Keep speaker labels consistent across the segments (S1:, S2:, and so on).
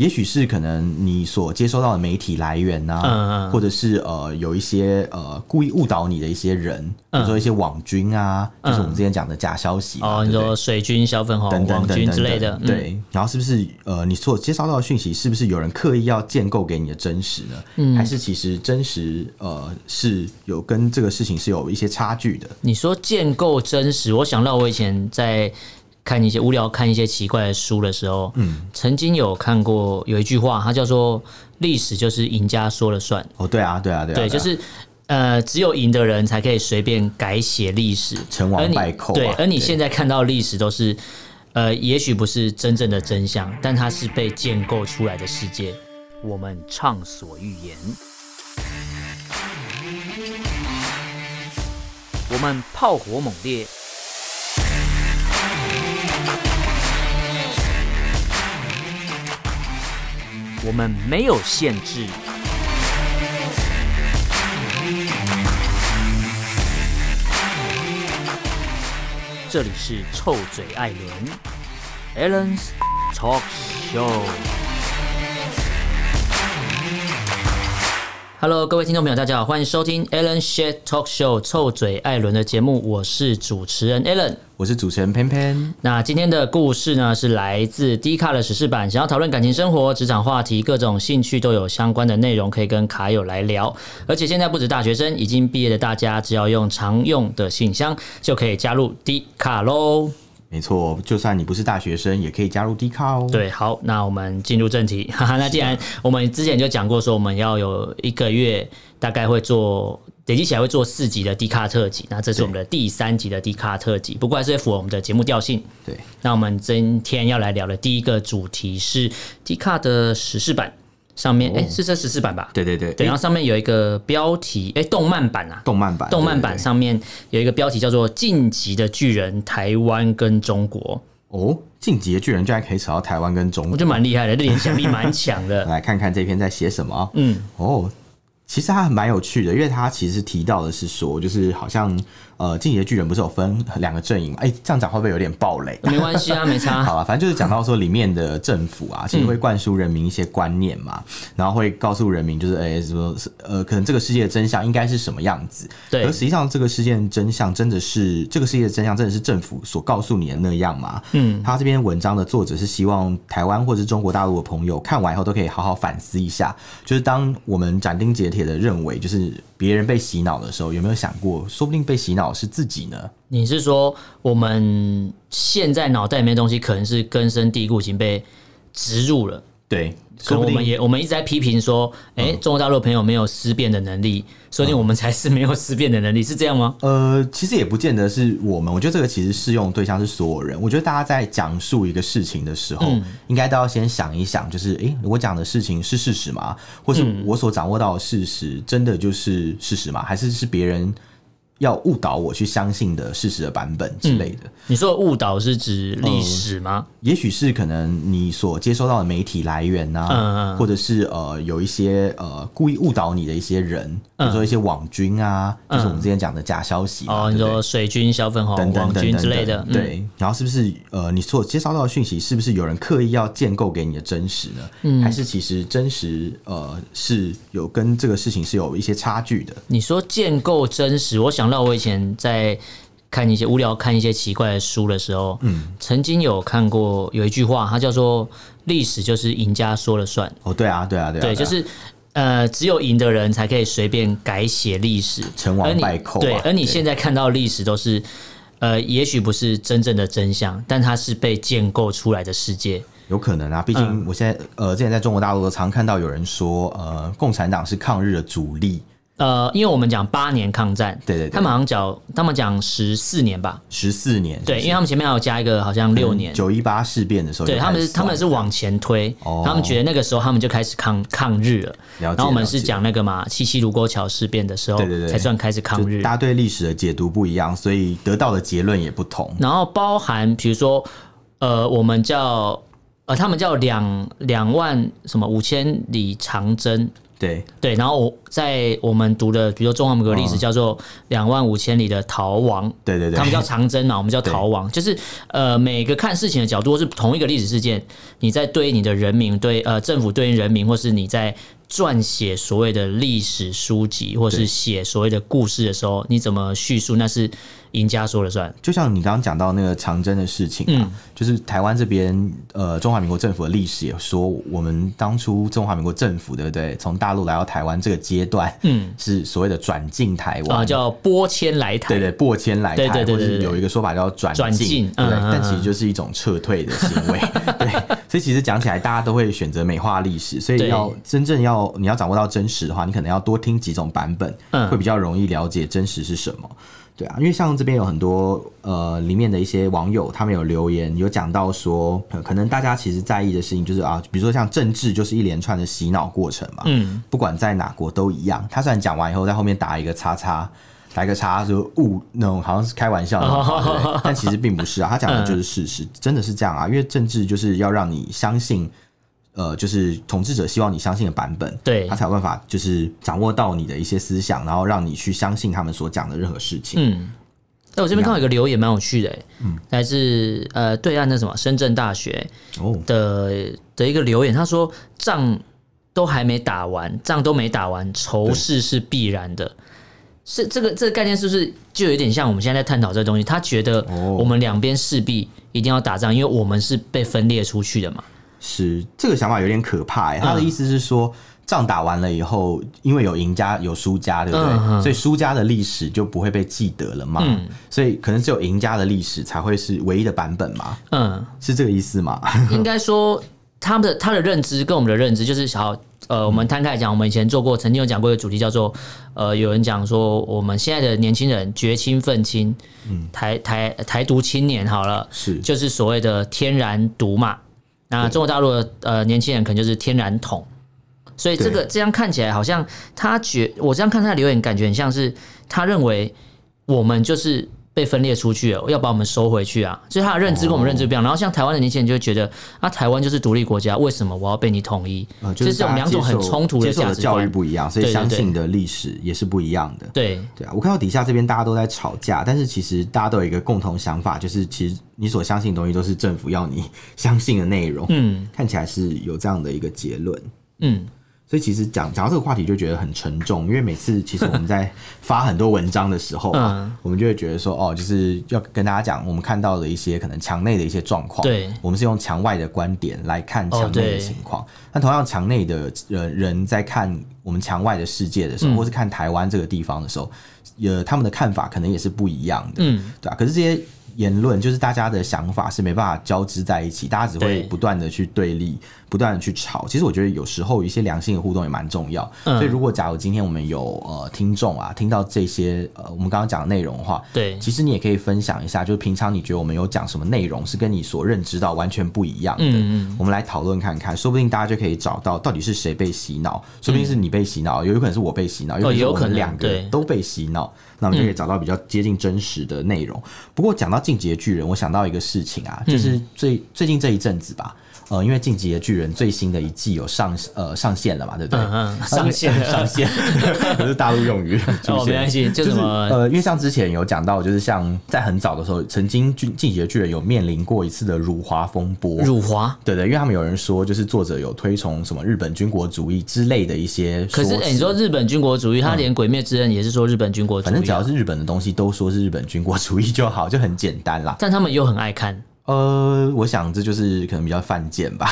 S1: 也许是可能你所接收到的媒体来源呐、
S2: 嗯嗯
S1: 或者是呃有一些呃故意误导你的一些人，比
S2: 嗯
S1: 如说一些网军啊，就是我们之前讲的假消息嘛，
S2: 哦，你
S1: 啊对不对
S2: 说水军、小粉红、
S1: 等等
S2: 网
S1: 等
S2: 军
S1: 等
S2: 之类的，
S1: 等
S2: 嗯，
S1: 对。然后是不是呃，你所接收到的讯息是不是有人刻意要建构给你的真实呢？
S2: 嗯
S1: 还是其实真实呃是有跟这个事情是有一些差距的？
S2: 你说建构真实，我想到我以前在看一些无聊看一些奇怪的书的时候，嗯，曾经有看过有一句话，它叫做“历史就是赢家说了算
S1: 哦，对啊，对啊，”，对啊，
S2: 对，
S1: 啊
S2: 就是。呃，只有赢的人才可以随便改写历史，
S1: 成王
S2: 而你
S1: 败寇啊
S2: 对，而你
S1: 对
S2: 现在看到历史都是，呃，也许不是真正的真相，但它是被建构出来的世界。我们畅所欲言，我们炮火猛烈，我们没有限制。这里是臭嘴艾伦 a l l e n s Talk Show。Hello，各位听众朋友，大家好，欢迎收听 Alan Shet Talk Show 臭嘴艾伦的节目，我是主持人 Alan。
S1: 我是主持人偏偏，
S2: 那今天的故事呢，是来自 D 卡的史事版，想要讨论感情生活、职场话题、各种兴趣都有相关的内容可以跟卡友来聊。而且现在不止大学生，已经毕业的大家，只要用常用的信箱就可以加入 D 卡喽。
S1: 没错，就算你不是大学生，也可以加入 D 卡哦。
S2: 对，好，那我们进入正题。 哈哈，那既然我们之前就讲过，说我们要有一个月大概会做累积起来会做四集的低卡特辑，那这是我们的第三集的低卡特辑，不过还是会符合我们的节目调性。
S1: 对，
S2: 那我们今天要来聊的第一个主题是低卡的时事版，上
S1: 哦
S2: 面哎、诶是这时事版吧？
S1: 对对对，诶
S2: 对，然后上面有一个标题，哎、动漫版啊，
S1: 动漫版，
S2: 动漫
S1: 对
S2: 版
S1: 对对
S2: 上面有一个标题叫做《晋级的巨人》，台湾跟中国。
S1: 哦，进击的巨人居然可以扯到台湾跟中
S2: 我
S1: 国
S2: 觉，得蛮厉害的，这联想力蛮强的。
S1: 来看看这篇在写什么。
S2: 嗯，
S1: 哦，其实它蛮有趣的，因为它其实提到的是说，就是好像呃，进击的巨人不是有分两个阵营吗？哎、这样讲会不会有点暴雷？
S2: 没关系啊，没嗯
S1: 好
S2: 差。
S1: 了，反正就是讲到说里面的政府啊，其实会灌输人民一些观念嘛，然后会告诉人民就是，哎、什么呃，可能这个世界的真相应该是什么样子。
S2: 对
S1: 而实际上这个事件真相真的是这个世界的真相真的是政府所告诉你的那样吗？嗯，他这篇文章的作者是希望台湾或是中国大陆的朋友看完以后都可以好好反思一下，就是当我们斩钉截铁的认为就是别人被洗脑的时候，有没有想过，说不定被洗脑是自己呢？
S2: 你是说我们现在脑袋里面的东西可能是根深蒂固，已经被植入了？
S1: 对，
S2: 可
S1: 说
S2: 能
S1: 不
S2: 我
S1: 定嗯
S2: 们也我们一直在批评说，哎、中国大陆的朋友没有思辨的能力，说不定我们才是没有思辨的能力，是这样吗？
S1: 呃，其实也不见得是我们，我觉得这个其实适用对象是所有人。我觉得大家在讲述一个事情的时候，
S2: 嗯
S1: 应该都要先想一想，就是诶、我讲的事情是事实吗？或是我所掌握到的事实真的就是事实吗？还是是别人要误导我去相信的事实的版本之类的？
S2: 你说的误导是指
S1: 哦
S2: 历史吗？
S1: 也许是可能你所接收到的媒体来源呐、
S2: 嗯嗯
S1: 或者是呃有一些呃故意误导你的一些人，比如说一些网军啊，就是我们之前讲的假消息嘛，
S2: 嗯哦，
S1: 对
S2: 你
S1: 不对
S2: 说水军、小粉红、
S1: 等等
S2: 网
S1: 等
S2: 军
S1: 等
S2: 之类的，
S1: 等
S2: 嗯，
S1: 对，然后是不是呃，你所接收到的讯息是不是有人刻意要建构给你的真实呢？
S2: 嗯
S1: 还是其实真实呃是有跟这个事情是有一些差距的？
S2: 你说建构真实，我想到我以前在看一些无聊看一些奇怪的书的时候，嗯，曾经有看过有一句话，它叫做“历史就是赢家说了算
S1: 哦，对啊，对啊，对”，啊，
S2: 对，
S1: 啊
S2: 就是。呃，只有赢的人才可以随便改写历史，
S1: 成王
S2: 而你
S1: 败寇啊
S2: 对，而你
S1: 对
S2: 现在看到历史都是，呃，也许不是真正的真相，但它是被建构出来的世界。
S1: 有可能啊，毕
S2: 嗯
S1: 竟我现在呃之前在中国大陆都常看到有人说呃共产党是抗日的主力，
S2: 呃，因为我们讲八年抗战，
S1: 对对对
S2: 他们好像讲，他们讲十四年吧，
S1: 十四年
S2: 对，因为他们前面还有加一个好像六年，
S1: 九一八事变的时候就
S2: 对，
S1: 开始
S2: 他
S1: 算，
S2: 们是他们是往前推，
S1: 哦
S2: 他们觉得那个时候他们就开始抗抗日了。
S1: 了解
S2: 然后我们
S1: 了解
S2: 是讲那个嘛，七七卢沟桥事变的时候，
S1: 对对对
S2: 才算开始抗
S1: 就
S2: 日
S1: 大。家对历史的解读不一样，所以得到的结论也不同。
S2: 然后包含比如说，呃，我们叫呃，他们叫两两万什么五千里长征，
S1: 对，
S2: 对，然后我在我们读的，比如说中华民国
S1: 嗯
S2: 历史叫做《两万五千里的逃亡》，
S1: 对对对
S2: 他们叫长征啊嘛，我们叫
S1: 对
S2: 逃亡，就是呃，每个看事情的角度或是同一个历史事件，你在对应你的人民对呃政府对应人民，或是你在撰写所谓的历史书籍，或是
S1: 对
S2: 写所谓的故事的时候，你怎么叙述，那是赢家说了算。
S1: 就像你刚刚讲到那个长征的事情
S2: 嗯
S1: 啊，就是台湾这边呃中华民国政府的历史也说，我们当初中华民国政府对不对，从大陆来到台湾这个阶段，嗯，是所谓的转进台湾
S2: 啊、叫拨迁来台，
S1: 对对，过迁来
S2: 对
S1: 台，
S2: 对对
S1: 或
S2: 对
S1: 是
S2: 对
S1: 有一个说法叫转
S2: 转进
S1: 进，对不对
S2: 嗯嗯嗯，
S1: 但其实就是一种撤退的行 为。对，所以其实讲起来，大家都会选择美化历史，所以
S2: 对
S1: 要真正要你要掌握到真实的话，你可能要多听几种版本
S2: 嗯，
S1: 会比较容易了解真实是什么。对啊，因为像这边有很多呃，里面的一些网友他们有留言，有讲到说，呃可能大家其实在意的事情就是啊，比如说像政治就是一连串的洗脑过程嘛，
S2: 嗯，
S1: 不管在哪国都一样。他虽然讲完以后在后面打一个叉叉，打一个叉就误那种好像是开玩笑那种话，对不对但其实并不是啊，他讲的就是事实，真的是这样啊，因为政治就是要让你相信。呃，就是统治者希望你相信的版本，
S2: 对
S1: 他才有办法就是掌握到你的一些思想，然后让你去相信他们所讲的任何事情。
S2: 嗯，那我这边刚好有个留言蛮有趣的、欸，
S1: 嗯
S2: 来自呃对岸的什么深圳大学
S1: 哦，
S2: 的的一个留言，他说仗都还没打完，仗都没打完，仇视是必然的。是这个这个概念是不是就有点像我们现在在探讨这个东西？他觉得
S1: 哦
S2: 我们两边势必一定要打仗，因为我们是被分裂出去的嘛。
S1: 是这个想法有点可怕、欸。
S2: 嗯
S1: 他的意思是说，仗打完了以后，因为有赢家有输家，对不对？
S2: 嗯嗯嗯
S1: 所以输家的历史就不会被记得了嘛。所以可能只有赢家的历史才会是唯一的版本嘛，
S2: 嗯，
S1: 是这个意思吗？
S2: 应该说他们的他的认知跟我们的认知就是好。呃，我们摊开来讲，我们以前做过，曾经有讲过一个主题叫做，呃，有人讲说我们现在的年轻人绝亲愤青，台台台独青年好 了，
S1: 是
S2: 就是所谓的天然独嘛。那中国大陆的呃年轻人可能就是天然统，所以这个这样看起来好像他觉，我这样看他的留言，感觉很像是他认为我们就是被分裂出去了，要把我们收回去啊。所以他的认知跟我们认知不
S1: 哦
S2: 一样。然后像台湾的年轻人就会觉得，啊，台湾就是独立国家，为什么我要被你统一？
S1: 呃，
S2: 这
S1: 就是
S2: 我们
S1: 大家
S2: 两种很
S1: 接受
S2: 冲突的
S1: 接受
S2: 价
S1: 的
S2: 值
S1: 教育
S2: 观。
S1: 不一样，所
S2: 对
S1: 以
S2: 对
S1: 相
S2: 对
S1: 信的历史也是不一样的。
S2: 对，
S1: 对啊，我看到底下这边大家都在吵架，但是其实大家都有一个共同想法，就是其实你所相信的东西都是政府要你相信的内容。
S2: 嗯
S1: 看起来是有这样的一个结论。
S2: 嗯，
S1: 所以其实讲讲到这个话题就觉得很沉重，因为每次其实我们在发很多文章的时候、啊，
S2: 嗯
S1: 我们就会觉得说，哦，就是要跟大家讲我们看到的一些可能墙内的一些状况，
S2: 对
S1: 我们是用墙外的观点来看
S2: 哦
S1: 墙内
S2: 对
S1: 的情况。那同样，墙内的呃人在看我们墙外的世界的时候，
S2: 嗯
S1: 或是看台湾这个地方的时候，呃，他们的看法可能也是不一样的，
S2: 嗯，
S1: 对啊吧、可是这些言论就是大家的想法是没办法交织在一起，大家只会
S2: 对
S1: 不断的去对立，不断的去吵。其实我觉得有时候一些良性的互动也蛮重要。
S2: 嗯
S1: 所以如果假如今天我们有呃听众啊，听到这些呃我们刚刚讲的内容的话，
S2: 对，
S1: 其实你也可以分享一下，就是平常你觉得我们有讲什么内容是跟你所认知到完全不一样的，
S2: 嗯
S1: 我们来讨论看看，说不定大家就可以找到到底是谁被洗脑，说不定是你被洗脑，有可能是我被洗脑，有可能是
S2: 哦有
S1: 我
S2: 可
S1: 们
S2: 能
S1: 两个
S2: 对
S1: 都被洗脑，那我们就可以找到比较接近真实的内容。不过讲到《进击的巨人》，我想到一个事情
S2: 嗯
S1: 啊，就是最、最近这一阵子吧。呃，因为《进击的巨人》最新的一季有上呃上线了嘛，对不对？呃
S2: 嗯嗯上线 了
S1: 上线， 不是大陆用语出
S2: 哦，没
S1: 现。
S2: 关系，就什么
S1: 呃，因为像之前有讲到，就是像在很早的时候，曾经进进击的巨人有面临过一次的辱华风波。
S2: 辱华。
S1: 对对，因为他们有人说，就是作者有推崇什么日本军国主义之类的一些
S2: 可
S1: 说
S2: 是、
S1: 辞。
S2: 哎你说日本军国主义，他连《鬼灭之刃》也是说日本军国主义啊，
S1: 反正只要是日本的东西，都说是日本军国主义就好，就很简单啦。
S2: 但他们又很爱看。
S1: 呃，我想这就是可能比较犯贱吧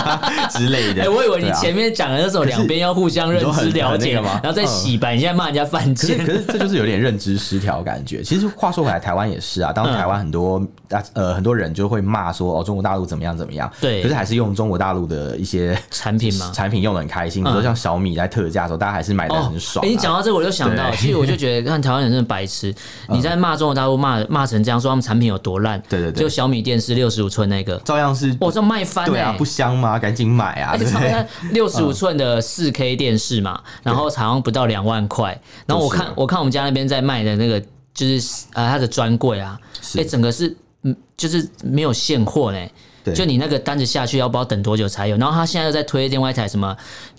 S1: 之类的。
S2: 哎、我以为你
S1: 对啊
S2: 前面讲的那种两边要互相认
S1: 你说
S2: 知
S1: 很
S2: 了
S1: 很那
S2: 解，
S1: 个吗
S2: 然后再洗白，你现在骂人家犯
S1: 可是，
S2: 贱
S1: 可，是这就是有点认知失调的感觉。其实话说回来，台湾也是啊，
S2: 嗯
S1: 当台湾很多大、呃很多人就会骂说哦中国大陆怎么样怎么样，
S2: 对
S1: 可是还是用中国大陆的一些
S2: 产品吗？
S1: 产品用的很开心，比如说像小米在特价的时候，大家还是买的很爽、啊
S2: 哎你讲到这个我就想到，
S1: 对嗯
S2: 其实我就觉得看台湾人真的白痴，你在骂中国大陆骂骂成这样，说他们产品有多烂，
S1: 对对对
S2: 就小米电视六十五寸那个，
S1: 照样是，
S2: 我这卖翻
S1: 对
S2: 哎、
S1: 啊，不香吗？赶紧买啊，
S2: 而且
S1: 对不
S2: 他
S1: 对？
S2: 们 六十五寸的四 K 电视嘛，然后好像不到两万块。然后我看
S1: 嗯就是
S2: 我看我们家那边在卖的那个，就是啊它的专柜啊，
S1: 是
S2: 哎，整个是嗯，就是没有现货呢。
S1: 对
S2: 就你那个单子下去要不知道等多久才有，然后他现在又在推另外一台什么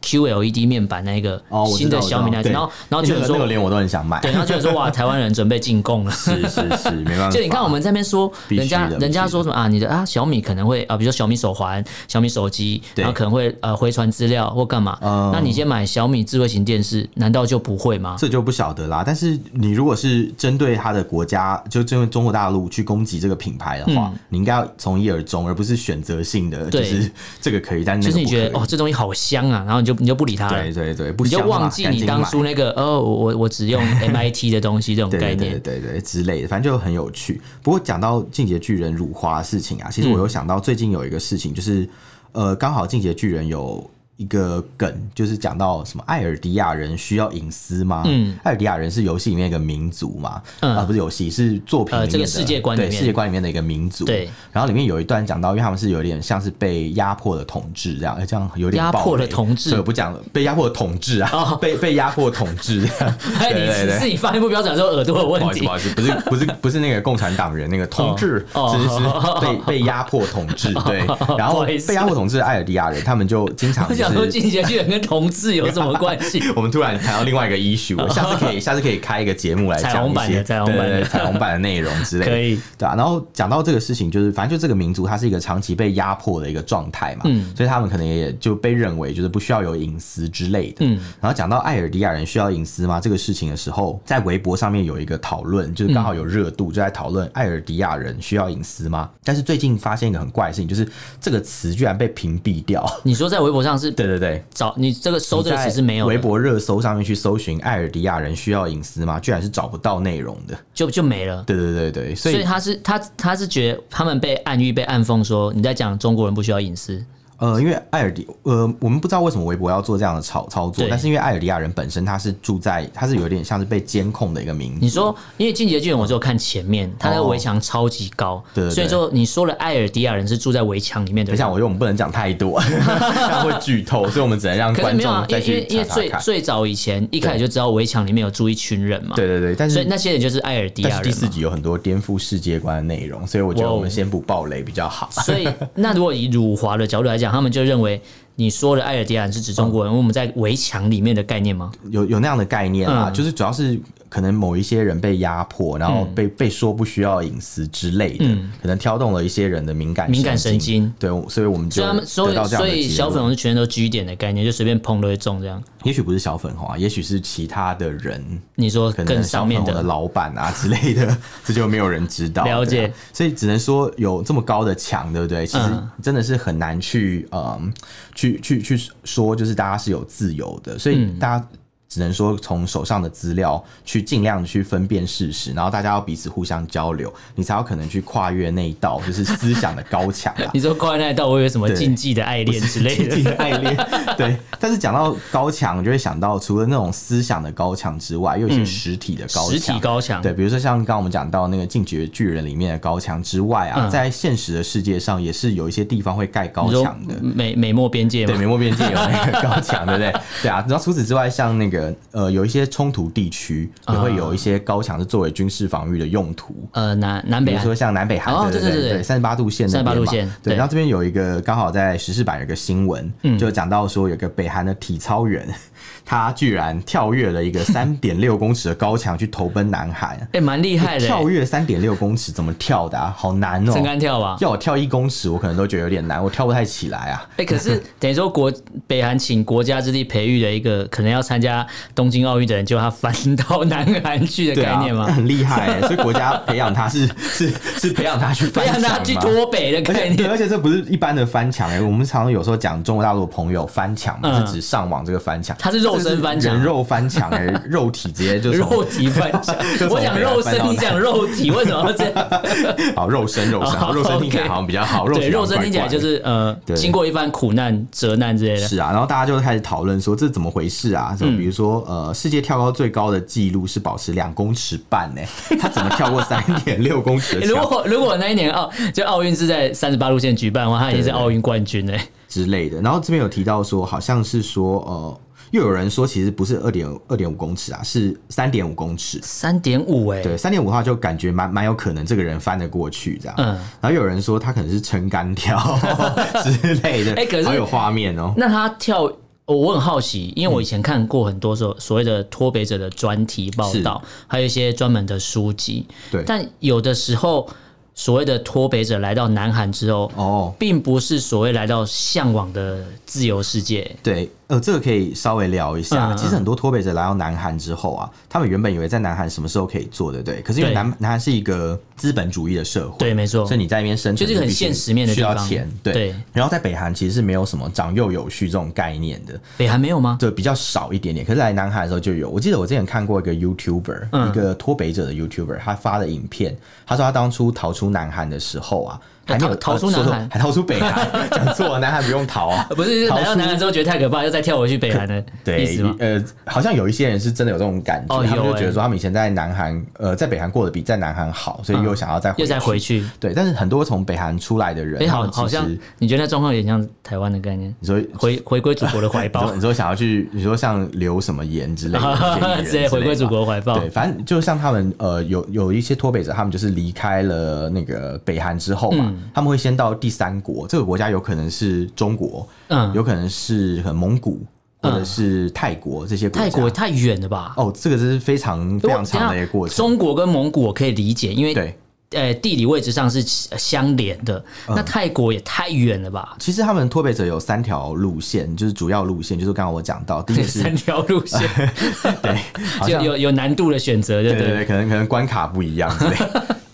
S2: QLED 面板那个
S1: 哦，我知
S2: 新
S1: 道
S2: 的
S1: 我知道
S2: 小米那台，
S1: 对
S2: 然后然后
S1: 那
S2: 就有
S1: 个
S2: 人说
S1: 那个连我都很想买，
S2: 对，然后就有人 说哇，台湾人准备进贡了。
S1: 是是是，没办法。
S2: 就你看我们这边说，
S1: 必须的
S2: 人家
S1: 必须的
S2: 人家说什么啊？你的啊，小米可能会啊，比如说小米手环、小米手机，
S1: 对
S2: 然后可能会呃回传资料或干嘛。
S1: 嗯
S2: 那你先买小米智慧型电视，难道就不会吗？
S1: 这就不晓得啦。但是你如果是针对他的国家，就针对中国大陆去攻击这个品牌的话，你应该要从一而终，而不是选择性的，就
S2: 嗯对
S1: 是这个可以，但
S2: 就
S1: 那个
S2: 是你
S1: 不可
S2: 觉
S1: 以。
S2: 得哦，这东西好香啊，然后你就你就不理它了
S1: 对，对对，不
S2: 你就
S1: 香嘛
S2: 忘记
S1: 赶
S2: 你
S1: 紧
S2: 当
S1: 买
S2: 初那个哦，我 我只用 MIT 的东西这种
S1: 对
S2: 概
S1: 对
S2: 念。
S1: 对对对之类的，反正就很有趣。不过讲到《进阶巨人》辱华的事情啊，其
S2: 嗯
S1: 实我有想到最近有一个事情，就是呃，刚好《进阶巨人》有。一个梗就是讲到什么艾尔迪亚人需要隐私吗？
S2: 嗯，
S1: 艾尔迪亚人是游戏里面一个民族嘛，
S2: 嗯
S1: 啊，不是游戏，是作品里
S2: 呃
S1: 面的、
S2: 这个世界观里
S1: 对
S2: 面
S1: 世界观里面的一个民族。
S2: 对，
S1: 然后里面有一段讲到，因为他们是有点像是被压迫的统治这样，哎这样有点
S2: 压
S1: 暴
S2: 迫的
S1: 雷
S2: 统治
S1: 所以我不讲了，被压迫的统治啊，
S2: 哦。
S1: 被被压迫统治这样
S2: 哎，
S1: 对
S2: 你
S1: 对对
S2: 是自己发音不标准，的时候耳朵有
S1: 不
S2: 问
S1: 好意思，
S2: 题
S1: 不。好意思，不是 不是不是那个共产党人那个统治，
S2: 哦
S1: 是
S2: 哦
S1: 是是被被压迫统治，对。然
S2: 不
S1: 后
S2: 好意思
S1: 被压迫统治的艾尔迪亚人，他们就经常
S2: 我
S1: 就
S2: 想说，
S1: 是。
S2: 进阶巨人跟同志有什么关系？
S1: 我们突然谈到另外一个 issue，了下次可以下次可以开一个节目来
S2: 彩
S1: 讲
S2: 虹
S1: 一
S2: 版的
S1: 些
S2: 彩虹版的
S1: 对对对彩虹版的内容之类的，
S2: 可以
S1: 对啊。然后讲到这个事情，就是反正就这个民族它是一个长期被压迫的一个状态嘛，
S2: 嗯
S1: 所以他们可能也就被认为就是不需要有隐私之类的，
S2: 嗯
S1: 然后讲到艾尔迪亚人需要隐私吗这个事情的时候，在微博上面有一个讨论，就是刚好
S2: 嗯
S1: 有热度，就在讨论艾尔迪亚人需要隐私吗？但是最近发现一个很怪的事情，就是这个词居然被屏蔽掉。
S2: 你说在微博上是
S1: 对对对，
S2: 找你这个搜这个词是没有的，
S1: 微博热搜上面去搜寻艾尔迪亚人需要隐私吗？居然是找不到内容的。
S2: 就就没了。
S1: 对对对对，所
S2: 所
S1: 以
S2: 以他是他他是觉得他们被暗喻、被暗讽说你在讲中国人不需要隐私，
S1: 呃，因为艾尔迪，呃，我们不知道为什么微博要做这样的操操作
S2: 对，
S1: 但是因为艾尔迪亚人本身他是住在，他是有点像是被监控的一个民族。
S2: 你说，因为《进击的巨人》，我就看前面，它那个围墙超级高，
S1: 哦对对对
S2: 所以就你说了，艾尔迪亚人是住在围墙里面的
S1: 等一
S2: 人
S1: 下，。我觉得我们不能讲太 多，这样会剧透，所以我们只能让
S2: 可是
S1: 观
S2: 没有啊
S1: 众，
S2: 因
S1: 再
S2: 为因
S1: 去
S2: 为因
S1: 查查
S2: 为最
S1: 看。
S2: 最早以前一开始就知道围墙里面有住一群人嘛，
S1: 对对对，但
S2: 所以
S1: 是
S2: 那些人就是艾尔迪
S1: 但
S2: 亚
S1: 是第
S2: 人
S1: 四
S2: 嘛。
S1: 集有很多颠覆世界观的内容，所以我觉得我
S2: 哇哦
S1: 们先不爆雷比较好。
S2: 所以那如果以辱华的角度来讲，他们就认为你说了艾尔迪亚人是指中国人，我们在围墙里面的概念吗？
S1: 有有那样的概念啊，
S2: 嗯
S1: 就是主要是可能某一些人被压迫，然
S2: 嗯
S1: 后被、被说不需要隐私之类的，可能挑动了一些人的敏感
S2: 敏感神经
S1: 经。对，我所以我们就
S2: 所以他们所
S1: 得
S2: 以
S1: 到这样
S2: 所
S1: 的
S2: 以
S1: 结
S2: 小粉
S1: 论。
S2: 红是全都 G 点的概念，就随便碰都会中这样。
S1: 也许不是小粉红啊，也许是其他的人。
S2: 你说
S1: 可
S2: 更
S1: 能小
S2: 上
S1: 粉
S2: 面
S1: 红的老板啊之类 的，这就没有人知道。
S2: 了解
S1: 对啊所以只能说有这么高的墙，对不对？其实
S2: 嗯
S1: 真的是很难去，嗯，去去去说，就是大家是有自由的，所
S2: 嗯
S1: 以大家。只能说从手上的资料去尽量去分辨事实，然后大家要彼此互相交流，你才有可能去跨越那一道就是思想的高墙啊。
S2: 你说跨那一道，我以为什么
S1: 对
S2: 禁忌的爱恋之类的。
S1: 的爱恋。 对，但是讲到高墙，我就会想到除了那种思想的高墙之外，又有一些实体的高墙。
S2: 嗯实体高墙
S1: 对，比如说像刚刚我们讲到那个《进击的巨人》里面的高墙之外啊，
S2: 嗯
S1: 在现实的世界上也是有一些地方会盖高
S2: 你说
S1: 墙的。
S2: 美美墨边界
S1: 对，
S2: 嘛，
S1: 美墨边界有那个高墙，对不对？ 对啊，然后除此之外，像那个呃，有一些冲突地区也
S2: 啊
S1: 会有一些高墙是作为军事防御的用途。
S2: 呃，南南
S1: 比
S2: 北
S1: 如
S2: 岸
S1: 说像南北韩，
S2: 哦
S1: 对
S2: 对对
S1: 对
S2: 对对
S1: 对，三十八度线那边嘛
S2: 38度线对嗯
S1: 对。然后这边有一个刚好在时事版有个新闻，就讲到说有个北韩的体操员， 他居然跳跃了一 个三点六公尺的高墙去投奔南韩。
S2: 哎，蛮厉害的欸，
S1: 跳跃三点六公尺怎么跳的啊？好难哦！
S2: 撑杆跳吧。
S1: 要我跳一公尺，我可能都觉得有点难，我跳不太起来啊。
S2: 哎，可 是等于说国北韩请国家之力培育的一个可能要参加东京奥运的人，就他翻到南韩去的
S1: 对
S2: 概
S1: 啊，
S2: 念吗？
S1: 很厉害欸，所以国家培养他是是是培养他去
S2: 不
S1: 翻
S2: 要
S1: 墙
S2: 拿去
S1: 吗
S2: 脱北的
S1: 而
S2: 概
S1: 且对，
S2: 念。
S1: 而且这不是一般的翻墙哎、我们常常有时候讲中国大陆的朋友翻墙嘛，
S2: 嗯
S1: 是指上网这个翻墙，
S2: 它是 肉身翻墙
S1: 人肉翻墙哎、 肉体直 接就从
S2: 肉体翻墙，
S1: 就从
S2: 我讲肉
S1: 北
S2: 身，
S1: 韩
S2: 你
S1: 翻
S2: 讲肉体，为什么要这样？
S1: 好肉身肉身，
S2: 哦
S1: 好肉身听起来
S2: OK
S1: 好像比较好，肉
S2: 对，
S1: 体好
S2: 肉
S1: 像
S2: 身听起来
S1: 怪怪
S2: 就
S1: 的
S2: 是呃，
S1: 啊对
S2: 经过一番苦难、折难之类的。
S1: 是啊，然后大家就开始讨论说这怎么回事啊？
S2: 嗯
S1: 什么比如说、呃，世界跳高最高的记录是保持两公尺半呢、他怎么跳过三 点六公尺
S2: 欸
S1: 的
S2: 如
S1: 墙？
S2: 哦果如果那一年奥就奥运是在三十八路线举办的话，他已经是
S1: 对对对
S2: 奥运冠军嘞、
S1: 之类的。然后这边有提到说，好像是说呃。又有人说，其实不是二点二点五公尺啊，是三点五公尺。
S2: 三点五哎，
S1: 对，三点五的话就感觉蛮蛮有可能这个人翻得过去这样。
S2: 嗯
S1: 然后又有人说他可能是撑杆跳 之类的，
S2: 哎可是
S1: 好有画面哦、
S2: 那他跳，哦我我很好奇，因为我以前看过很多
S1: 嗯
S2: 所所谓的脱北者的专题报道，还有一些专门的书籍。
S1: 对
S2: 但有的时候，所谓的脱北者来到南韩之后，
S1: 哦，
S2: 并不是所谓来到向往的自由世界。
S1: 对，呃，这个可以稍微聊一下。
S2: 嗯嗯
S1: 其实很多脱北者来到南韩之后啊，他们原本以为在南韩什么时候可以做，对不对？可是因为
S2: 对
S1: 南南韩是一个资本主义的社会，
S2: 对，没错
S1: 所。以你在那边生存
S2: 就是一个很
S1: 必须
S2: 现实面的
S1: 需要
S2: 地方
S1: 钱，对。
S2: 对
S1: 然后在北韩其实是没有什么长幼有序这种概念的，
S2: 北韩没有吗？
S1: 对，比较少一点点。可是来南韩的时候就有，我记得我之前看过一个 YouTuber，、
S2: 嗯
S1: 一个脱北者的 YouTuber，他发的影片，他说他当初逃出南韩的时候啊，还没有
S2: 哦逃逃出
S1: 呃说错
S2: 南韩
S1: 还逃出北 韩，讲错了，南韩不用逃啊。
S2: 呃不是，是
S1: 逃
S2: 来到
S1: 出
S2: 南韩之后觉得太可怕，又再跳回去北韩的意
S1: 对
S2: 思吗，？
S1: 呃，好像有一些人是真的有这种感觉，
S2: 哦
S1: 他们
S2: 有
S1: 就
S2: 欸
S1: 觉得说他们以前在南韩，呃，在北韩过得比在南韩好，所以又想要再回
S2: 嗯又再
S1: 去
S2: 回去。
S1: 对，但是很多从北韩出来的人，
S2: 哎，
S1: 他
S2: 好，
S1: 们其
S2: 好像
S1: 实
S2: 你觉得那状况有点像台湾的概 念，
S1: 你说
S2: 回回归祖国的怀
S1: 你
S2: 抱，
S1: 说，你说想要去，你说像留什么言之类的 一些艺人
S2: 直
S1: 之类
S2: 接
S1: 的
S2: 回归祖。国怀抱
S1: 对，。反正就像他们呃，有有一些脱北者，他们就是离开了那个北韩之后嘛，
S2: 嗯
S1: 他们会先到第三国，这个国家有可能是中国，
S2: 嗯
S1: 有可能是可能蒙古或者
S2: 嗯
S1: 是泰国这些国家。
S2: 泰国也太远了吧？
S1: 哦，这个真是非常非常
S2: 等
S1: 长的
S2: 下
S1: 一个过程。
S2: 中国跟蒙古我可以理解，因为
S1: 对，
S2: 呃地理位置上是相连的。
S1: 嗯
S2: 那泰国也太远了吧？
S1: 其实他们脱北者有三条路线，就是主要路线，就是刚刚我讲到，第一个是
S2: 三条路线
S1: 对， 好
S2: 就
S1: 像
S2: 有有难度的选择，对不
S1: 对对对，
S2: 对？
S1: 可能可能关卡不一样之 类。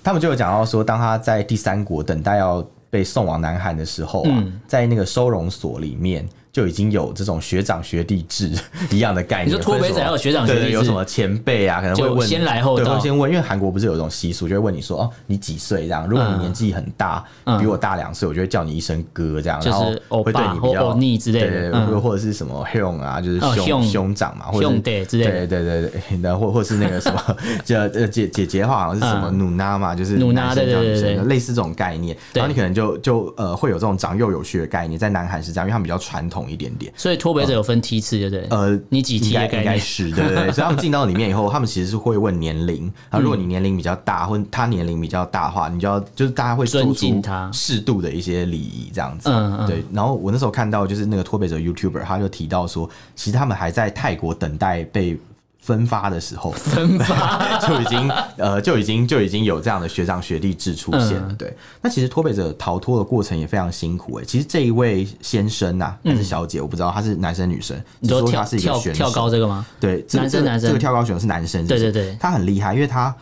S1: 他们就有讲到说，当他在第三国等待要被送往南韩的时候啊，
S2: 嗯
S1: 在那个收容所里面。就已经有这种学长学弟制一样的概念，
S2: 你说脱北
S1: 会
S2: 者
S1: 什么
S2: 还有学长学弟
S1: 对对
S2: 制
S1: 有什么前辈啊，可能会
S2: 就
S1: 问
S2: 先来后
S1: 对
S2: 到
S1: 会先问，因为韩国不是有一种习俗，就会问你说哦，你几岁这样？如果你
S2: 嗯
S1: 年纪很大，
S2: 嗯
S1: 比我大两岁，我就会叫你一声哥这样，
S2: 就是
S1: 然后
S2: 欧
S1: 会对
S2: 巴
S1: 你
S2: 或
S1: 比较
S2: 欧尼之类的
S1: 对对对
S2: 嗯
S1: 或或者是什么 h o n 啊，就是
S2: 哦
S1: 兄
S2: 兄
S1: 兄长嘛，或者是
S2: 兄弟之类
S1: 对
S2: 的
S1: 对对对， 然后或或是那个什 么叫呃姐姐姐话，好像是什么
S2: 嗯
S1: 努娜嘛，就是
S2: 努娜
S1: 男生
S2: 对
S1: 叫
S2: 对
S1: 女
S2: 对
S1: 生
S2: 对
S1: 的，类似这种概念。
S2: 对
S1: 然后你可能就就呃会有这种长幼有序的概念，在南韩是这样，因为他们比较传统一点点。
S2: 所以脱北者有分梯次，对不对？
S1: 呃，
S2: 你几
S1: 应
S2: 梯
S1: 该
S2: 的
S1: 应
S2: 概
S1: 该
S2: 念？
S1: 是对对 对，所以他们进到里面以后，他们其实是会问年龄，然后如果你年龄比较大，或他年龄比较大的话，你就要就是大家会做
S2: 尊
S1: 出
S2: 敬他
S1: 适度的一些礼仪这样子。
S2: 嗯嗯
S1: 对。然后我那时候看到就是那个脱北者 YouTuber，他就提到说，其实他们还在泰国等待被分发的时 候，
S2: 分发
S1: 就已经呃就已经就已经有这样的学长学弟制出现
S2: 嗯
S1: 了。对，那其实脱北者逃脱的过程也非常辛苦欸诶、其实这一位先生呐、还是小姐，我不知道他是男生女生，
S2: 嗯你
S1: 只
S2: 说
S1: 说
S2: 跳
S1: 他是一个
S2: 跳
S1: 选手
S2: 跳高这个吗？
S1: 对，这个
S2: 男生
S1: 这个
S2: 男生
S1: 这个跳高选手是男生，是不是
S2: 对对对
S1: 他很厉害，因为他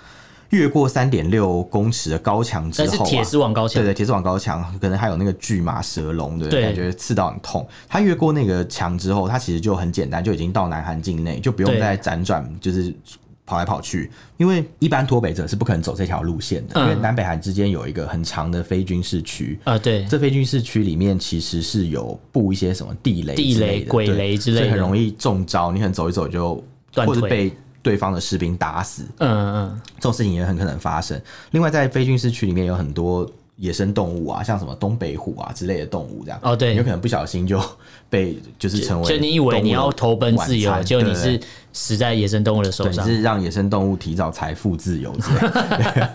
S1: 越过三点六公尺的高墙之
S2: 但是
S1: 后、啊，
S2: 铁丝网高
S1: 对
S2: 墙，
S1: 对，铁丝网高墙，可能还有那个巨马蛇龙的
S2: 对
S1: 感觉，刺到很痛。他越过那个墙之后，他其实就很简单，就已经到南韩境内，就不
S2: 对
S1: 用再辗转，就是。跑来跑去，因为一般脱北者是不可能走这条路线的，
S2: 嗯
S1: 因为南北韩之间有一个很长的非军事区，
S2: 啊对，
S1: 这非军事区里面其实是有布一些什么地雷之类的、
S2: 地雷
S1: 对
S2: 鬼雷之类
S1: 所
S2: 的
S1: 以很容易中招。你可能走一走就，
S2: 断
S1: 或
S2: 腿
S1: 者被对方的士兵打死，
S2: 嗯嗯，
S1: 这种事情也很可能发生。另外，在非军事区里面有很多野生动物啊，像什么东北虎啊之类的动物，这样
S2: 哦对
S1: 你有可能不小心就 被就是成为
S2: 就你以为你要
S1: 动物的
S2: 投奔自由
S1: 晚，餐
S2: 结果你
S1: 对对
S2: 是死在野生动物的手
S1: 对，你
S2: 上。
S1: 是让野生动物提早财富自由之类的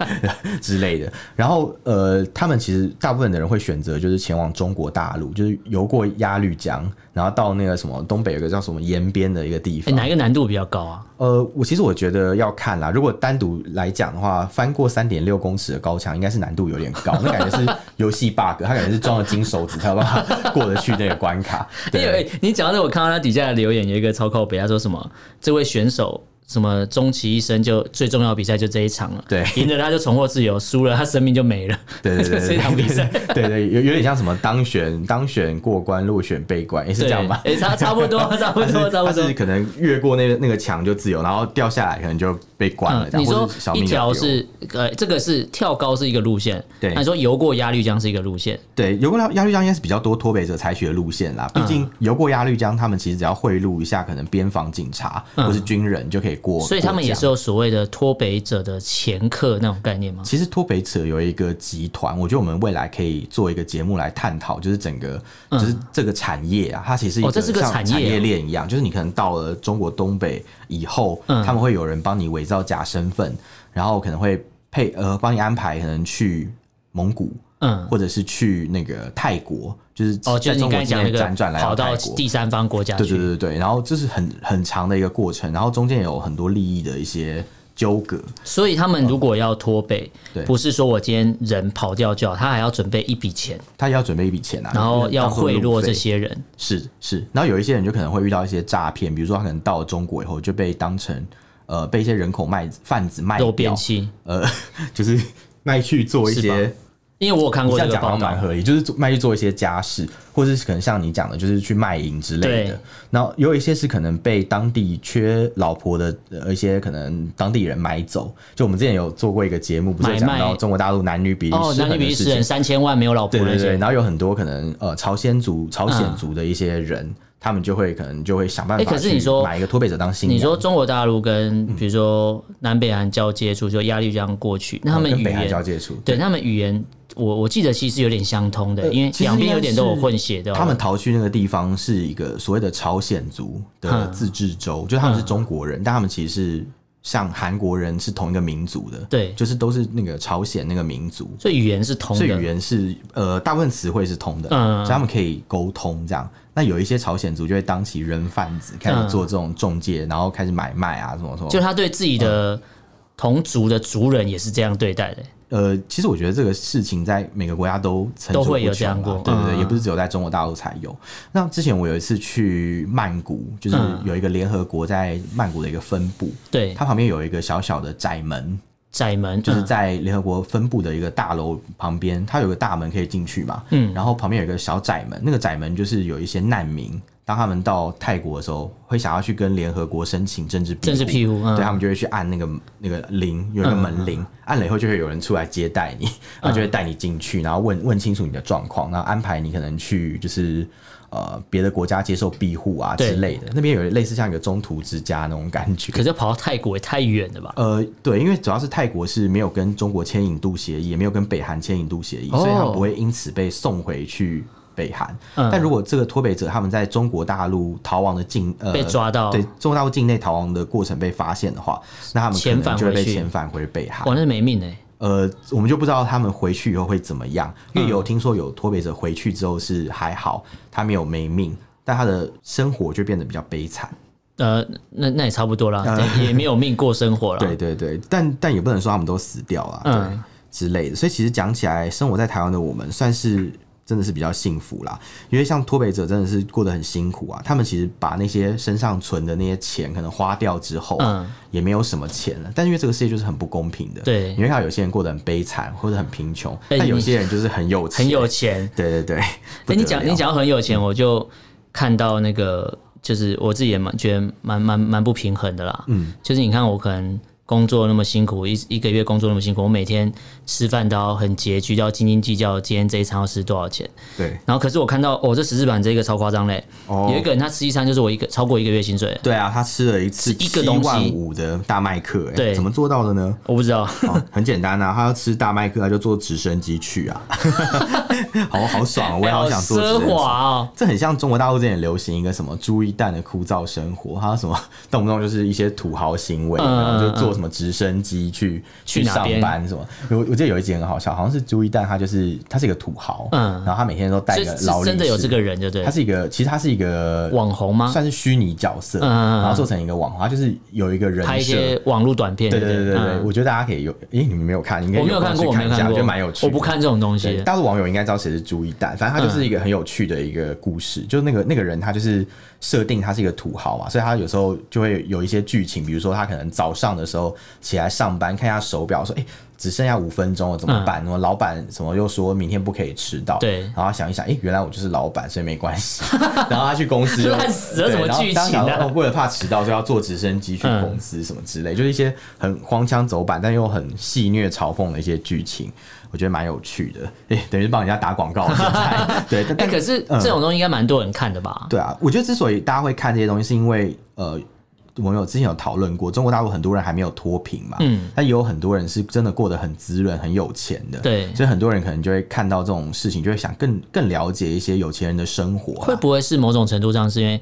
S1: 之类的。然后呃，他们其实大部分的人会选择就是前往中国大陆，就是游过鸭绿江，然后到那个什么东北有个叫什么延边的一个地
S2: 哎，
S1: 方。
S2: 哪一个难度比较高啊？
S1: 呃，我其实我觉得要看啦，如果单独来讲的话，翻过三点六公尺的高墙，应该是难度有点高，那感觉是游戏 bug，它感觉是装了金手指才有办 法过得去那个关卡。
S2: 因
S1: 对，
S2: 为你讲到这，我看到他底下的留言有一个超靠北，他说什么这位选手什么终其一生就最重要的比赛就这一场了，
S1: 对
S2: 赢了他就重获自由，输了他生命就没了，
S1: 对对对，
S2: 就
S1: 对
S2: 这场比赛。，
S1: 对对对，有有点像什么当选当选过关，落选被关， 诶是
S2: 对，哎
S1: 这样吧？
S2: 诶差差不多，差不
S1: 他是
S2: 多，差不
S1: 他
S2: 多
S1: 是。可能越过那个那个墙就自由，然后掉下来可能就被关了
S2: 嗯，
S1: 这
S2: 你
S1: 样，或
S2: 说
S1: 者小
S2: 一
S1: 命
S2: 条
S1: 要丢
S2: 是呃，这个是跳高是一个路线，
S1: 对
S2: 那你说游过鸭绿江是一个路线，
S1: 对，游过压压绿江应该是比较多脱北者采取的路线
S2: 嗯
S1: 啦。毕竟游过压绿江，他们其实只要贿赂一下可能边防警察
S2: 嗯
S1: 或是军人就可以过。
S2: 所以他们
S1: 过
S2: 也
S1: 江
S2: 是有所谓的脱北者的前客那种概念吗？
S1: 其实脱北者有一个集团，我觉得我们未来可以做一个节目来探讨，就是整个、就是这个产业啊，它其实一
S2: 嗯哦这是个
S1: 像
S2: 产
S1: 产
S2: 业啊
S1: 业链一样，就是你可能到了中国东北以后，
S2: 嗯
S1: 他们会有人帮你伪造假身份，然后可能会配呃帮你安排可能去蒙古。
S2: 嗯，
S1: 或者是去那个泰国，就是
S2: 哦，
S1: 在
S2: 就是你
S1: 中国
S2: 刚才
S1: 境
S2: 讲那
S1: 内
S2: 个
S1: 辗转来
S2: 跑
S1: 泰
S2: 到
S1: 国，
S2: 第三方国家
S1: 对
S2: 去，
S1: 对对对，然后这是很很长的一个过程，然后中间有很多利益的一些纠葛，
S2: 所以他们如果要脱北，
S1: 对
S2: 不是说我今天人跑掉就好，他还要准备一笔钱，
S1: 他要准备一笔钱啊，
S2: 然后要
S1: 当作
S2: 贿
S1: 路
S2: 赂
S1: 费
S2: 这，些人。
S1: 是是，然后有一些人就可能会遇到一些诈骗，比如说他可能到了中国以后就被当成呃被一些人口卖贩子卖
S2: 肉
S1: 掉
S2: 便，器，
S1: 呃， 就是卖去做一
S2: 是吧
S1: 些
S2: 因为我有看
S1: 你
S2: 过
S1: 这
S2: 这
S1: 样
S2: 个
S1: 讲好像
S2: 报道
S1: 蛮，合理，就是做卖去做一些家事，或者是可能像你讲的，就是去卖淫之类
S2: 对
S1: 的。然后有一些是可能被当地缺老婆的呃一些可能当地人买走。就我们之前有做过一个节目，不是有
S2: 买
S1: 讲
S2: 卖
S1: 到中国大陆男女比例
S2: 哦，
S1: 失
S2: 男女
S1: 衡
S2: 比
S1: 的
S2: 例
S1: 事
S2: 失衡
S1: 情，
S2: 三千万没有老婆
S1: 对
S2: 那
S1: 对对。
S2: 些
S1: 然。后有很多可能呃朝鲜族、朝鲜
S2: 嗯
S1: 族的一些人，他们就会可能就会想办
S2: 哎
S1: 法，
S2: 可是你说
S1: 买一个脱北者当新娘，呃
S2: 你说中国大陆跟
S1: 嗯
S2: 比如说南北韩交接处，就压力这样过去，那他们
S1: 啊跟
S2: 语
S1: 北韩
S2: 言
S1: 交界处，
S2: 对他们语言，我我记得其实有点相通的，因为
S1: 呃其实
S2: 两边有点都有
S1: 应该是
S2: 混血的哦。
S1: 他们逃去那个地方是一个所谓的朝鲜族的
S2: 嗯
S1: 自治州，就他们是中国人，但他们其实是像韩国人是同一个民族的，
S2: 对
S1: 就是都是那个朝鲜那个民族，
S2: 所以语言是通
S1: 所以
S2: 的
S1: 语，言是呃大部分词汇是通的，
S2: 嗯
S1: 所以他们可以沟通这样。那有一些朝鲜族就会当起人贩子，开
S2: 嗯
S1: 始做这种中介，然后开始买卖啊什么什么。
S2: 就他对自己
S1: 嗯
S2: 的同族的族人也是这样对待的。
S1: 呃，其实我觉得这个事情在每个国家都层出
S2: 都
S1: 不
S2: 会有
S1: 穷
S2: 这样
S1: 啦
S2: 过
S1: 对对对，
S2: 嗯
S1: 也不是只有在中国大陆才有。那之前我有一次去曼谷，就是
S2: 嗯
S1: 有一个联合国在曼谷的一个分部，
S2: 对，嗯
S1: 它旁边有一个小小的窄门，
S2: 窄门
S1: 就是
S2: 嗯
S1: 在联合国分部的一个大楼旁边，它有个大门可以进去嘛，
S2: 嗯
S1: 然后旁边有一个小窄门，那个窄门就是有一些难民，当他们到泰国的时候，会想要去跟联合国申请政治庇护
S2: 政治庇护嗯
S1: 对他们就会去按那个那个铃，有一个门铃，按了以后就会有人出来接待
S2: 嗯
S1: 你，他就会带你进去，然后问问清楚你的状况，然后安排你可能去就是。呃，别的国家接受庇护啊
S2: 对
S1: 之类的，那边有类似像一个中途之家那种感觉。
S2: 可是跑到泰国也太远了吧？
S1: 呃，对，因为主要是泰国是没有跟中国签引渡协议，也没有跟北韩签引渡协议，
S2: 哦
S1: 所以他们不会因此被送回去北韩。
S2: 嗯
S1: 但如果这个脱北者他们在中国大陆逃亡的境呃
S2: 被抓到
S1: 对中国大陆境内逃亡的过程被发现的话，那他们可
S2: 遣返
S1: 能就会被
S2: 回去
S1: 遣返回北韩
S2: 哇，。那没命哎、
S1: 呃，我们就不知道他们回去以后会怎么样，因
S2: 嗯
S1: 为有听说有脱北者回去之后是还好，他没有没命，但他的生活就变得比较悲惨。
S2: 呃，那那也差不多啦，也也没有命过生活了。
S1: 呃对，对对，但但也不能说他们都死掉啊，
S2: 嗯
S1: 对之类的。所以其实讲起来，生活在台湾的我们算是真的是比较幸福啦，因为像脱北者真的是过得很辛苦啊，他们其实把那些身上存的那些钱可能花掉之后、啊，
S2: 嗯
S1: 也没有什么钱了。但因为这个世界就是很不公平的，
S2: 对
S1: 你会看到有些人过得很悲惨或者很贫穷，
S2: 哎
S1: 但有
S2: 你
S1: 些人就是很有钱，
S2: 很有钱。
S1: 对对对。不
S2: 哎、你
S1: 得
S2: 讲
S1: 了嗯
S2: 你讲到很有钱，我就看到那个，就是我自己也蛮觉得蛮蛮蛮不平衡的啦。嗯，就是你看我可能工作那么辛苦，一一个月工作那么辛苦，我每天吃饭都要很拮据，都要斤斤计较，今天这一餐要吃多少钱。
S1: 对
S2: 然后可是我看到哦，这十字版这个超夸张嘞，
S1: 哦
S2: 有一个人他吃一餐就是我一个超过一个月薪水，
S1: 对啊，他吃了一次
S2: 吃一个
S1: 七
S2: 东西
S1: 万五的大麦克、哎，
S2: 对
S1: 怎么做到的呢？
S2: 我不知道。
S1: 哦很简单啊，他要吃大麦克，他就坐直升机去啊， 好好爽啊！我也好想坐直
S2: 哎奢
S1: 升机。
S2: 华哦，
S1: 这很像中国大陆之前流行一个什么朱一蛋的枯燥生活，还有什么 动不动就是一些土豪行为，
S2: 嗯
S1: 然后就坐什么直升机去
S2: 去哪
S1: 上
S2: 边
S1: 班什么。我我记得有一集很好笑，好像是朱一蛋，他就是他是一个土豪，
S2: 嗯
S1: 然后他每天都戴
S2: 是
S1: 一个
S2: 是
S1: 劳力
S2: 真的有
S1: 士
S2: 这个人，就对
S1: 他。是一个，其实他是一个
S2: 网红吗？
S1: 算是虚拟角色，
S2: 嗯嗯嗯
S1: 然后做成一个网红，他就是有一个人
S2: 拍一
S1: 设，
S2: 些网络短片，
S1: 对对对对对，
S2: 嗯
S1: 我觉得大家可以有，诶、你们没有看，你应该
S2: 我没有
S1: 空
S2: 看过，
S1: 去
S2: 我没
S1: 看
S2: 有
S1: 一下，
S2: 看
S1: 我
S2: 过，
S1: 觉得蛮有趣的。
S2: 我不看这种东
S1: 对。
S2: 西。
S1: 大陆网友应该知道谁是朱一蛋，反正他就是一个很有趣的一个故事。
S2: 嗯
S1: 就是那个那个人，他就是设定他是一个土豪嘛，所以他有时候就会有一些剧情，比如说他可能早上的时候候起来上班，看一下手表，说哎、诶只剩下五分钟了，怎么办？然后老板什么又说明天不可以迟到，
S2: 嗯对
S1: 然后他想一想，哎、原来我就是老板，所以没关系。 然后他去公司就
S2: 烂死了
S1: 对
S2: 什么
S1: 然后
S2: 剧
S1: 当时想
S2: 情啊
S1: 说哦为了怕迟到，所以要坐直升机去
S2: 嗯
S1: 公司什么之类，就是一些很荒腔走板，但又很戏谑嘲讽的一些剧情，我觉得蛮有趣的。哎、等于是帮人家打广告了现 在。对，但嗯
S2: 哎、可是这种东西应该蛮多人看的吧？
S1: 对啊，我觉得之所以大家会看这些东西，是因为呃，我们有之前有讨论过，中国大陆很多人还没有脱贫嘛，
S2: 嗯，
S1: 但也有很多人是真的过得很滋润、很有钱的，
S2: 对
S1: 所以很多人可能就会看到这种事情，就会想更更了解一些有钱人的生活啊、
S2: 会不会是某种程度上是因为，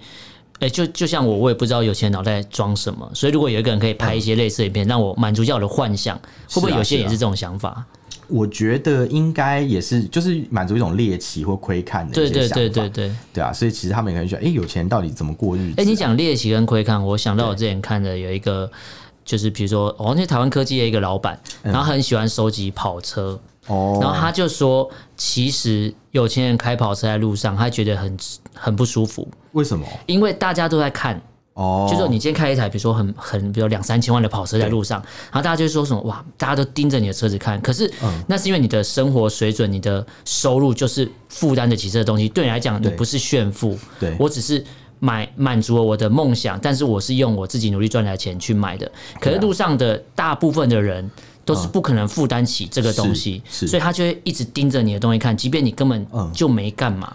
S2: 哎、就就像我，我也不知道有钱人脑袋装什么，所以如果有一个人可以拍一些类似的影片，让我满足一下我的幻想，会不会
S1: 嗯是啊
S2: 有些人也
S1: 是啊
S2: 是这种想法？
S1: 我觉得应该也是，就是满足一种猎奇或窥看的一
S2: 对
S1: 些
S2: 对
S1: 想法，
S2: 对对对。
S1: 对啊，所以其实他们可能觉得，哎、有钱人到底怎么过日子、啊
S2: 哎、你讲猎奇跟窥看，我想到我之前看的有一个，就是比如说，哦，那台湾科技的一个老板，然后很喜欢收集跑车，
S1: 嗯哦，
S2: 然后他就说，其实有钱人开跑车在路上，他觉得很很不舒服，
S1: 为什么？
S2: 因为大家都在看，
S1: 哦，
S2: 就说你今天开一台，比如说很很，比如两三千万的跑车在路上，然后大家就说什么哇，大家都盯着你的车子看。可是、
S1: 嗯
S2: 那是因为你的生活水准、你的收入就是负担得起这个东西，对你来讲，你
S1: 对
S2: 不是炫富，
S1: 对
S2: 我只是。买满足了我的梦想，但是我是用我自己努力赚来的钱去买的。
S1: 啊
S2: 可是路上的大部分的人都是不可能负担起这个东西，
S1: 嗯是是
S2: 所以他就会一直盯着你的东西看，即便你根本
S1: 嗯
S2: 就没干嘛。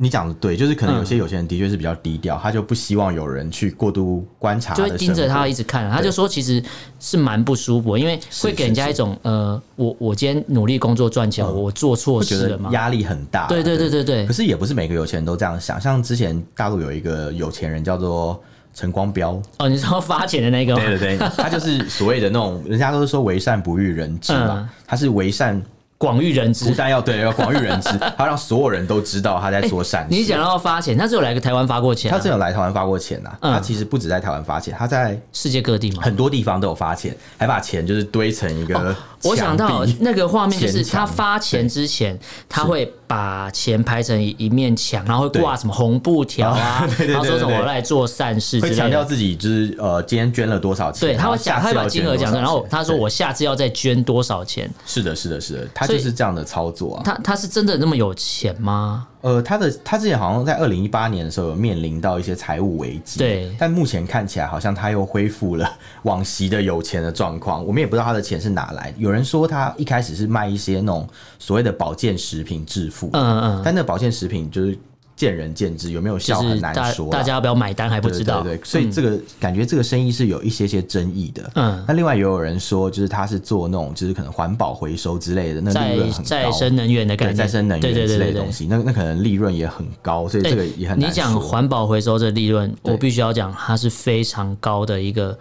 S1: 你讲的对，就是可能
S2: 嗯
S1: 有些有些人的确是比较低调，他就不希望有人去过度观察，
S2: 就会盯着他一直看，啊他就说其实是蛮不舒服，因为会给人家一种呃，我我今天努力工作赚钱，我做错
S1: 嗯会觉
S2: 事
S1: 得
S2: 了嘛？
S1: 压力很大。
S2: 对对对对对
S1: 可，是也不是每个有钱人都这样想，像之前大陆有一个有钱人叫做陈光标，
S2: 哦，你说发钱的那个吗？
S1: 对对对， 他就是所谓的那种，人家都是说为善不欲人知
S2: 嗯
S1: 嘛，他是为善
S2: 广域人
S1: 不
S2: 知。
S1: 但要对要广欲人知，他让所有人都知道他在做善事。
S2: 哎你讲到发钱，他只有来个台湾发过钱
S1: 他
S2: 啊、
S1: 之前有来台湾发过钱呐、
S2: 嗯
S1: 他其实不止在台湾发钱，他在
S2: 世界各地嘛。
S1: 很多地方都有发钱，还把钱就是堆成一个墙壁、
S2: 哦我想到那个画面，就是
S1: 钱墙
S2: 他发钱之前，他会把钱拍成一一面墙，然后会挂什么红布条啊，
S1: 哦对对对
S2: 然后说什么
S1: 对对
S2: 我来做善事之
S1: 会
S2: 类
S1: 强调
S2: 的。
S1: 自己就是呃，今天捐了多少钱，
S2: 对，他会讲，
S1: 然后下次
S2: 他会把
S1: 要捐
S2: 金额讲出来，然
S1: 多少
S2: 后
S1: 钱
S2: 他说
S1: 对
S2: 我下次要再捐多少钱。
S1: 是的，是的，是的，他
S2: 所以
S1: 就是这样的操作啊。
S2: 他他是真的那么有钱吗？
S1: 呃，他的他之前好像在二零一八年的时候有面临到一些财务危机，
S2: 对
S1: 但目前看起来好像他又恢复了往昔的有钱的状况。我们也不知道他的钱是哪来的，有人说他一开始是卖一些那种所谓的保健食品致富，
S2: 嗯嗯，
S1: 但那保健食品就是见仁见智，有没有效
S2: 就是
S1: 很
S2: 大
S1: 难说啦。
S2: 大家要不要买单还不
S1: 对
S2: 知道。
S1: 对对对，所以这个、感觉这个生意是有一些些争议的。
S2: 嗯
S1: 那另外也有人说，就是他是做那种就是可能环保回收之类的，那利润
S2: 再
S1: 很
S2: 再
S1: 高。
S2: 生能源的概
S1: 对
S2: 念，
S1: 再生能源
S2: 对对
S1: 之
S2: 对
S1: 类
S2: 对
S1: 的
S2: 对
S1: 东。西，那那可能利润也很高，所以这个也很
S2: 你
S1: 难说。
S2: 讲环保回收这利润，
S1: 对
S2: 我必须要讲，它是非常高的一个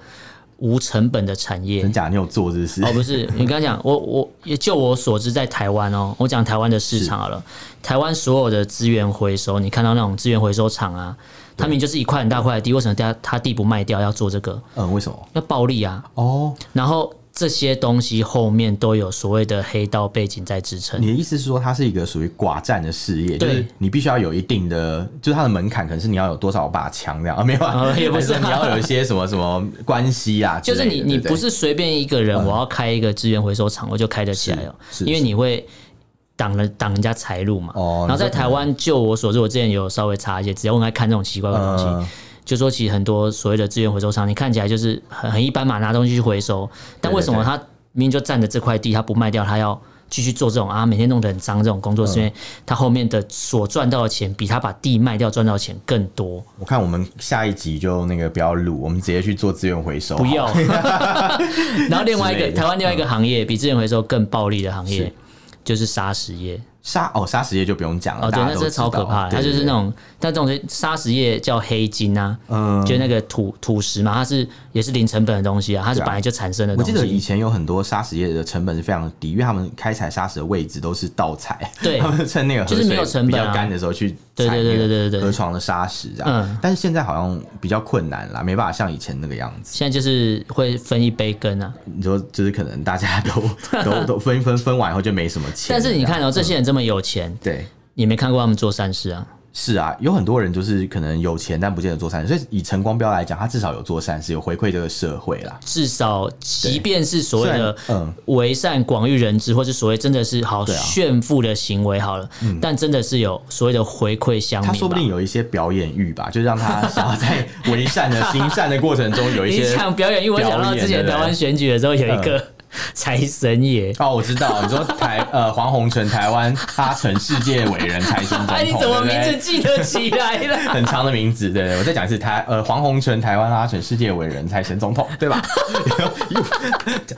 S2: 无成本的产业
S1: 真。假你有做是不是？
S2: 哦，不是，你刚讲，我我也就我所知，在台湾哦，我讲台湾的市场好了，台湾所有的资源回收，你看到那种资源回收厂啊，他们就是一块很大块的地，为什么他他地不卖掉要做这个？
S1: 嗯，为什么？
S2: 要暴利啊！
S1: 哦，
S2: 然后这些东西后面都有所谓的黑道背景在支撑
S1: 你。的意思是说它是一个属于寡占的事业，就
S2: 对
S1: 是你必须要有一定的，就是它的门槛可能是你要有多少把枪这样啊？没有啊，
S2: 哦也不是啊
S1: 还说你要有一些什么什么关系啊之
S2: 就
S1: 类的，
S2: 是你，你
S1: 对对
S2: 不是随便一个人，我要开一个资源回收厂，我就开得起来哦，
S1: 是是
S2: 因为你会挡了挡人家财路嘛。
S1: 哦
S2: 然后在
S1: 你说
S2: 台湾，就我所知，我之前有稍微查一些，只要我在看这种奇怪的东西，
S1: 嗯
S2: 就说其实很多所谓的资源回收厂，你看起来就是很很一般嘛，拿东西去回收，
S1: 对
S2: 但
S1: 对
S2: 为什么
S1: 对
S2: 他明明就占着这块地，他不卖掉，他要继续做这种啊，每天弄得很脏这种工作，是因
S1: 嗯
S2: 为他后面的所赚到的钱比他把地卖掉赚到的钱更多。
S1: 我看我们下一集就那个不要录，我们直接去做资源回收。
S2: 不要。 然后另外一
S1: 之
S2: 个
S1: 类的嗯
S2: 台湾另外一个行业比资源回收更暴利的行业
S1: 是，
S2: 就是砂石业。
S1: 沙哦，沙石业就不用讲了，
S2: 哦，对，
S1: 大家
S2: 那
S1: 都
S2: 这
S1: 知道
S2: 超可怕的，它就是那，种，但这种砂石业叫黑金啊，
S1: 嗯
S2: 就那个土土石嘛，它是也是零成本的东西啊，它是
S1: 对啊
S2: 本来就产生的
S1: 我
S2: 东
S1: 记得以
S2: 西。
S1: 前有很多沙石业的成本是非常低，因为他们开采沙石的位置都是盗采，
S2: 对
S1: 他们趁那个河
S2: 就是没有
S1: 水
S2: 成本啊
S1: 比较干的时候去
S2: 对
S1: 采
S2: 对对
S1: 那个
S2: 对对对对
S1: 河床的沙石这
S2: 嗯
S1: 样。但是现在好像比较困难啦，没办法像以前那个样子。
S2: 现在就是会分一杯羹啊，
S1: 你说就是可能大家 都都都分一分分完以后就没什么钱了，
S2: 但是你看
S1: 这样
S2: 哦，这些人这么有钱，
S1: 对。
S2: 也没看过他们做善事啊，
S1: 是啊，有很多人就是可能有钱但不见得做善事，所以以晨光标来讲，他至少有做善事，有回馈这个社会啦。
S2: 至少，即便是所谓的
S1: 虽然嗯
S2: 为善广遇人知，或是所谓真的是好
S1: 对啊嗯
S2: 炫富的行为好了，但真的是有所谓的回馈乡民吧。
S1: 他说不定有一些表演欲吧，就让 他想要在为善的行善的过程中有一
S2: 你
S1: 些。
S2: 讲表演，因为我想到之前台湾选举的时候有一
S1: 嗯
S2: 个财 神爷，
S1: 哦，我知道，你说台呃黄宏成台湾他成世界伟人财神总统，
S2: 哎，你怎么
S1: 对
S2: 名
S1: 不对
S2: 字记得起来了？
S1: 很长的名字，对对，我再讲一次，台呃黄宏成，台湾阿成世界伟人财神总统，对吧？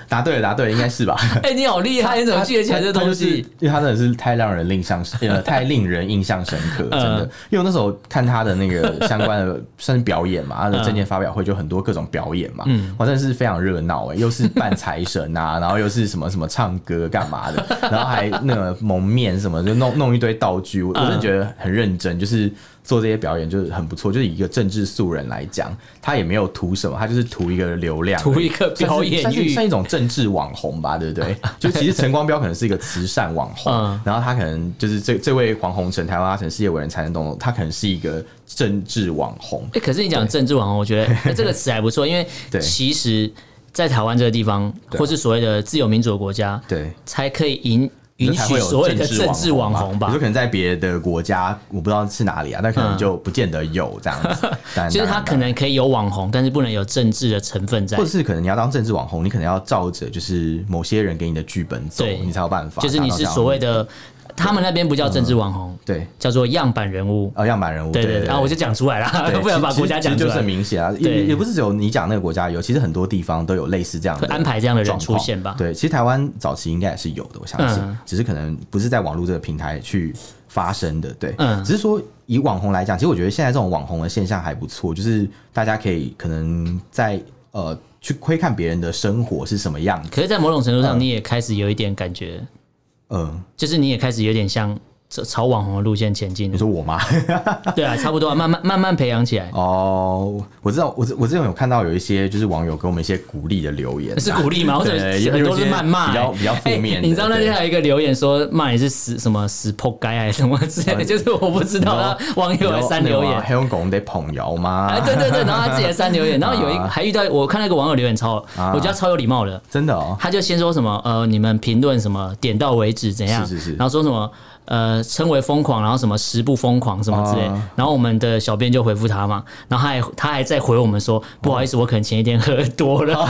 S1: 答对了，答对了，应该是吧？
S2: 哎，你好厉害，你怎么记得起来这
S1: 他
S2: 东
S1: 就是
S2: 西？
S1: 因为他真的是太让人印象呃太令人印象深刻，真的。因为我那时候看他的那个相关的算是表演嘛，他的证件发表会就很多各种表演嘛，哇，真的是非常热闹哎，又是扮财神啊，然后又是什么什么唱歌干嘛的，然后还那个蒙面什么，就弄弄一堆道具，我我真的觉得很认真，就是。做这些表演就是很不错，就是以一个政治素人来讲，他也没有图什么，他就是图一个流量而已，
S2: 图一个表演
S1: 算是算
S2: 欲
S1: 是算一种政治网红吧，对不 对？就其实陈光标可能是一个慈善网红，
S2: 嗯
S1: 然后他可能就是这这位黄宏成，台湾阿成世界伟人才能懂，他可能是一个政治网红。
S2: 哎，可是你讲政治网红，我觉得哎这个词还不错，因为
S1: 对
S2: 其实，在台湾这个地方，
S1: 对啊
S2: 或是所谓的自由民主的国家，
S1: 对，
S2: 才可以允允
S1: 就才
S2: 许
S1: 会有
S2: 所谓的政治网
S1: 嘛
S2: 红
S1: 你
S2: 吧
S1: 就可。能在别的国家，我不知道是哪里啊，但可能就不见得有这样 子。当然
S2: 就是
S1: 当
S2: 他
S1: 然
S2: 可能可以有网红，但是不能有政治的成分在
S1: 啊或者，是可能你要当政治网红，你可能要照着就是某些人给你的剧本走，
S2: 对
S1: 你才有办法。
S2: 就是你是所谓
S1: 的
S2: 的，他们那边不叫政治网红，
S1: 对。
S2: 叫做样板人物。
S1: 呃，样板人物，嗯
S2: 对
S1: 对
S2: 对对，啊，我就讲出来 了，
S1: 对，
S2: 不然把
S1: 其实
S2: 国家讲
S1: 其
S2: 出
S1: 实就是
S2: 来
S1: 很。明显啊，
S2: 对
S1: 也也不是只有你讲那个国家有，其实很多地方都有类似这样的
S2: 会安排这样的人
S1: 状况
S2: 出现吧
S1: 对，其实台湾早期应该也是有的，我相信，
S2: 嗯
S1: 只是可能不是在网络这个平台去发生的，对，
S2: 嗯
S1: 只是说以网红来讲，其实我觉得现在这种网红的现象还不错，就是大家可以可能在呃去窥看别人的生活是什么样子，
S2: 可是，在某种程度上，
S1: 嗯
S2: 你也开始有一点感觉，
S1: 嗯、
S2: 就是你也开始有点像朝朝网红的路线前进
S1: 你。说我吗？
S2: 对啊，差不多啊，慢慢慢慢培养起来，
S1: 哦，我知道，我之我之前有看到有一些就是网友给我们一些鼓励的留言啊、
S2: 是鼓励吗？或者
S1: 对有
S2: 很多
S1: 有
S2: 哦是
S1: 一些
S2: 谩骂，
S1: 比较
S2: 欸
S1: 比较负面
S2: 欸
S1: 的
S2: 你知道那
S1: 对
S2: 天还有一个留言说骂你是死什么死破街还是什么之类 的，
S1: 嗯
S2: 就是我不知道啊，
S1: 你
S2: 网友来删留言
S1: 啊还。用拱得捧摇吗
S2: 哎，？对对对，然后他自己来删留言，然后有 一
S1: 啊
S2: 还遇到我看那个网友留言超，
S1: 啊
S2: 我觉得他超有礼貌的，
S1: 真的哦，
S2: 他就先说什么呃，你们评论什么点到为止怎样，
S1: 是是是
S2: 然后说什么呃称为疯狂，然后什么十不疯狂什么之类，
S1: 啊
S2: 然后我们的小编就回复他嘛，然后他还他还在回我们说不好意思，我可能前一天喝多了，
S1: 啊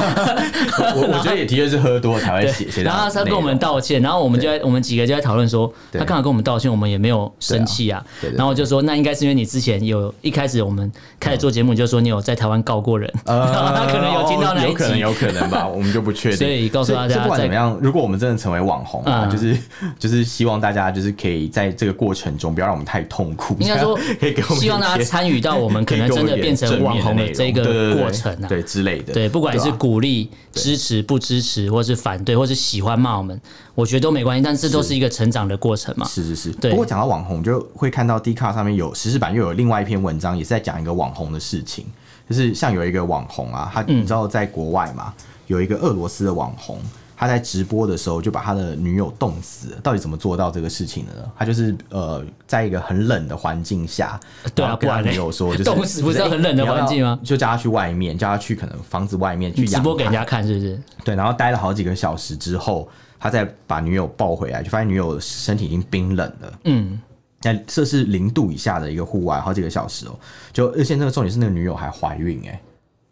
S1: 我我觉得也的确是喝多才会写写这
S2: 然
S1: 样
S2: 后
S1: 的内容。
S2: 他他跟我们道歉，然后我们就在我们几个就在讨论说，
S1: 对
S2: 他刚好跟我们道歉，我们也没有生气啊
S1: 对啊对。对
S2: 然后我就说，那应该是因为你之前有一开始我们开始做节目，你就说你有在台湾告过人，然后
S1: 呃，
S2: 他可能有听到那一
S1: 有可能
S2: 集。
S1: 有可 能吧，我们就不确定。
S2: 所以告诉大家
S1: 所以不管
S2: 在
S1: 怎么样，如果我们真的成为网红啊，
S2: 嗯
S1: 就是就是希望大家就是可以在这个过程中不要让我们太痛苦，
S2: 应该说
S1: 可以给我，们
S2: 希望大
S1: 一
S2: 家
S1: 些
S2: 参与到我们可能
S1: 可以给我
S2: 真
S1: 们
S2: 的
S1: 一点
S2: 变成网红
S1: 正面
S2: 的
S1: 内容对
S2: 这个
S1: 对对
S2: 过程啊。
S1: 对之类的，
S2: 对，不管
S1: 对啊
S2: 是
S1: 吧
S2: 鼓励、支持、不支持，或是反对，或是喜欢骂我们，我觉得都没关系。但这都是一个成长的过程嘛。
S1: 是是是，
S2: 对
S1: 不过讲到网红，就会看到 d 卡上面有实事版又有另外一篇文章，也是在讲一个网红的事情，就是像有一个网红啊，他
S2: 嗯
S1: 你知道在国外嘛，有一个俄罗斯的网红。他在直播的时候就把他的女友冻死了，到底怎么做到这个事情的呢？他就是呃，在一个很冷的环境下，
S2: 对啊
S1: 然后跟他
S2: 不然嘞
S1: 女友说，就是
S2: 冻死不是很冷的环境吗？
S1: 就是哎你要不要就叫他去外面，叫他去可能房子外面去
S2: 你直
S1: 阳
S2: 播给人
S1: 台
S2: 家看是不是？
S1: 对，然后待了好几个小时之后，他再把女友抱回来，就发现女友身体已经冰冷了。
S2: 嗯，
S1: 那摄氏零度以下的一个户外，好几个小时哦、就而且那个重点是那个女友还怀孕、哎，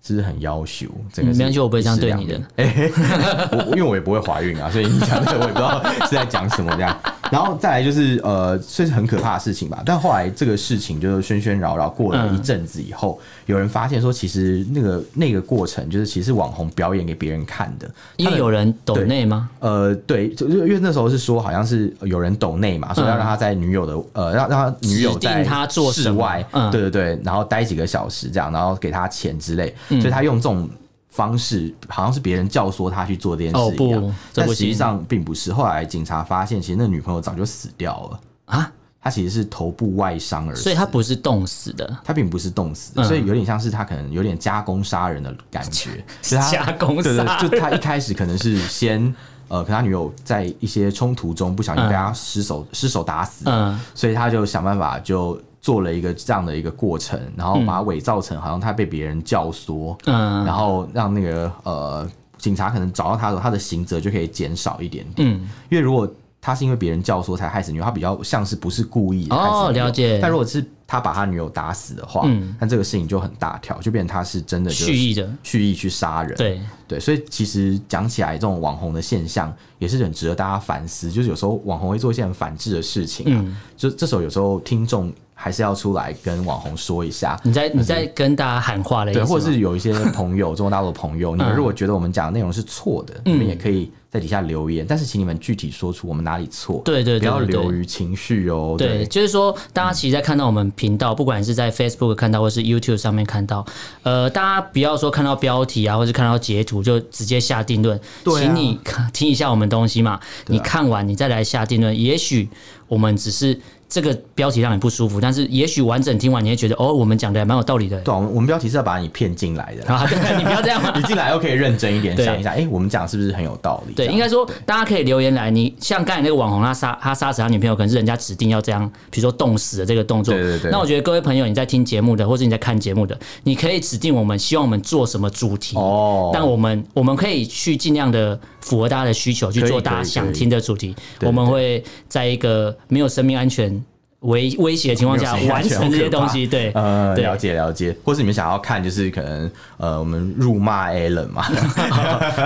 S1: 是不是很要求？整个
S2: 嗯
S1: 是
S2: 没关系我不会这样对你
S1: 一尸
S2: 的
S1: 两命。哎、 我我因为我也不会怀孕啊，所以你讲这个我也不知道是在讲什么这样。然后再来就是呃，算是很可怕的事情吧。但后来这个事情就是喧喧扰扰过
S2: 嗯
S1: 了一阵子以后，有人发现说，其实那个那个过程就是其实网红表演给别人看的，
S2: 因为有人抖
S1: 对
S2: 内吗？
S1: 呃，对，就就因为那时候是说好像是有人抖内嘛，所以要让他在女友的呃，让让他女友
S2: 嗯指定
S1: 在
S2: 他做什
S1: 室
S2: 么
S1: 外，
S2: 嗯
S1: 对对对，然后待几个小时这样，然后给他钱之类，
S2: 嗯
S1: 所以他用这种。方式好像是别人教唆他去做这件
S2: 哦
S1: 事一样，
S2: 不这
S1: 但
S2: 不
S1: 实际
S2: 行
S1: 上并不是。后来警察发现，其实那女朋友早就死掉了，
S2: 啊，
S1: 她其实是头部外伤而死，
S2: 所以他不是冻死的，
S1: 她并不是冻死的，
S2: 嗯
S1: 所以有点像是她可能有点加工杀人的感觉，所以她
S2: 加工杀
S1: 对
S2: 人
S1: 对，就他一开始可能是先。呃，可能他女友在一些冲突中不小心被他失手、失手打死，
S2: 嗯
S1: 所以他就想办法就做了一个这样的一个过程，然后把它伪造成好像他被别人教唆，
S2: 嗯
S1: 然后让那个呃警察可能找到他的时候，他的刑责就可以减少一点点。
S2: 嗯
S1: 因为如果他是因为别人教唆才害死女友，他比较像是不是故意的
S2: 哦
S1: 害死女友
S2: 了解
S1: 但如果是他把他女友打死的话，
S2: 嗯
S1: 那这个事情就很大条，就变成他是真的就是
S2: 蓄意的，
S1: 蓄意去杀人。
S2: 对，
S1: 对，所以其实讲起来，这种网红的现象也是很值得大家反思。就是有时候网红会做一些很反智的事情啊，
S2: 嗯
S1: 就这时候有时候听众还是要出来跟网红说一下。
S2: 你在你在跟大家喊话了，
S1: 嗯对，或者是有一些朋友，中国大陆的朋友，你
S2: 嗯
S1: 们如果觉得我们讲的内容是错的，你们也可以在底下留言，但是请你们具体说出我们哪里错，
S2: 对对对
S1: 不要
S2: 对对
S1: 流于情绪哦。
S2: 对，
S1: 对，嗯
S2: 就是说，大家其实，在看到我们频道，不管是在 Facebook 看到，或是 YouTube 上面看到，呃，大家不要说看到标题啊，或是看到截图就直接下定论，
S1: 对啊啊
S2: 请你看听一下我们东西嘛，你看完你再来下定论，也许我们只是这个标题让你不舒服，但是也许完整听完，你会觉得哦，我们讲的还蛮有道 理的。
S1: 对啊，我们我们标题是要把你骗进来的啦，
S2: 啊，对，你不要这样嘛
S1: 你。进来又可以认真一点
S2: 对
S1: 想一下，哎、我们讲的是不是很有道理？
S2: 对，
S1: 这样
S2: 应该说大家可以留言来。你像刚才那个网红，他杀他杀死他女朋友，可能是人家指定要这样，比如说冻死的这个动作。
S1: 对对对
S2: 那我觉得各位朋友，你在听节目的，或者你在看节目的，你可以指定我们希望我们做什么主题。
S1: 哦，
S2: 但我们我们可以去尽量的符合大家的需求，去
S1: 可以
S2: 做大
S1: 可以
S2: 家
S1: 可
S2: 想
S1: 以
S2: 听的主题。
S1: 对
S2: 我们会在一个没有生命安全威威胁的情况下
S1: 没有生命
S2: 完
S1: 安全
S2: 成这些
S1: 好可
S2: 东
S1: 怕
S2: 西。对，
S1: 呃，
S2: 对
S1: 了解了解，或是你们想要看，就是可能呃，我们辱骂 Allen 嘛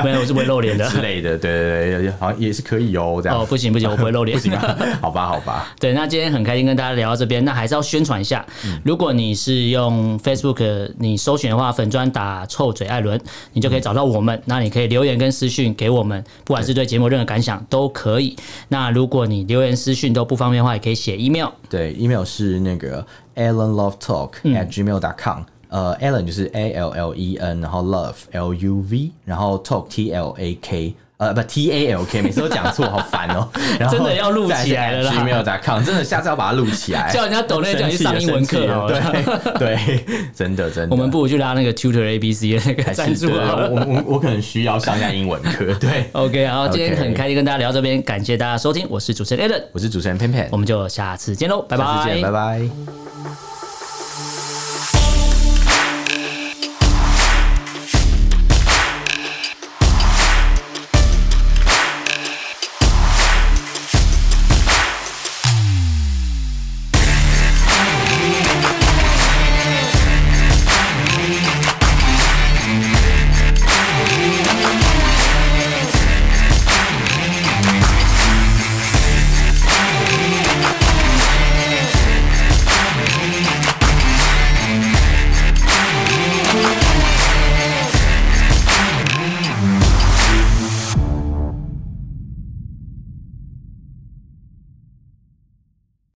S2: 没有我是不会露 脸的。
S1: 之类的，对对对，好像也是可以哦，这样、
S2: 哦，不行不行，我不会露脸。
S1: 行吧？ 好吧，好吧，
S2: 对，那今天很开心跟大家聊到这边，那还是要宣传一下。如果你是用 Facebook 你搜寻的话，粉砖打臭嘴艾伦，你就可以找到我们。那你可以留言跟私讯给我们，不管是对节目任何感想都可以。那如果你留言私讯都不方便的话，也可以写 email。
S1: 对，email 是那个 Allen Love Talk
S2: 嗯
S1: at gmail.com。呃，Allen 就是 A L L E N，然后 Love L U V，然后 Talk T L A K，呃，不 T A L K，每次都讲错，好烦哦。然后
S2: 真的要录起来了啦
S1: g m a i l c o m 真的下次要把它录起来。
S2: 叫人家抖内讲去上英文课好哎了。
S1: 对对，真的真的。
S2: 我们不如去拉那个 Tutor ABC 的那个
S1: 还是
S2: 赞助啊
S1: 对
S2: 好了。
S1: 我我我可能需要上一下英文课。对，
S2: OK，好，今天
S1: OK
S2: 很开心跟大家聊到这边，感谢大家收听，我是主持人 Alan，
S1: 我是主持人 Pan Pan，
S2: 我们就下次见喽，拜
S1: 下次见，拜拜。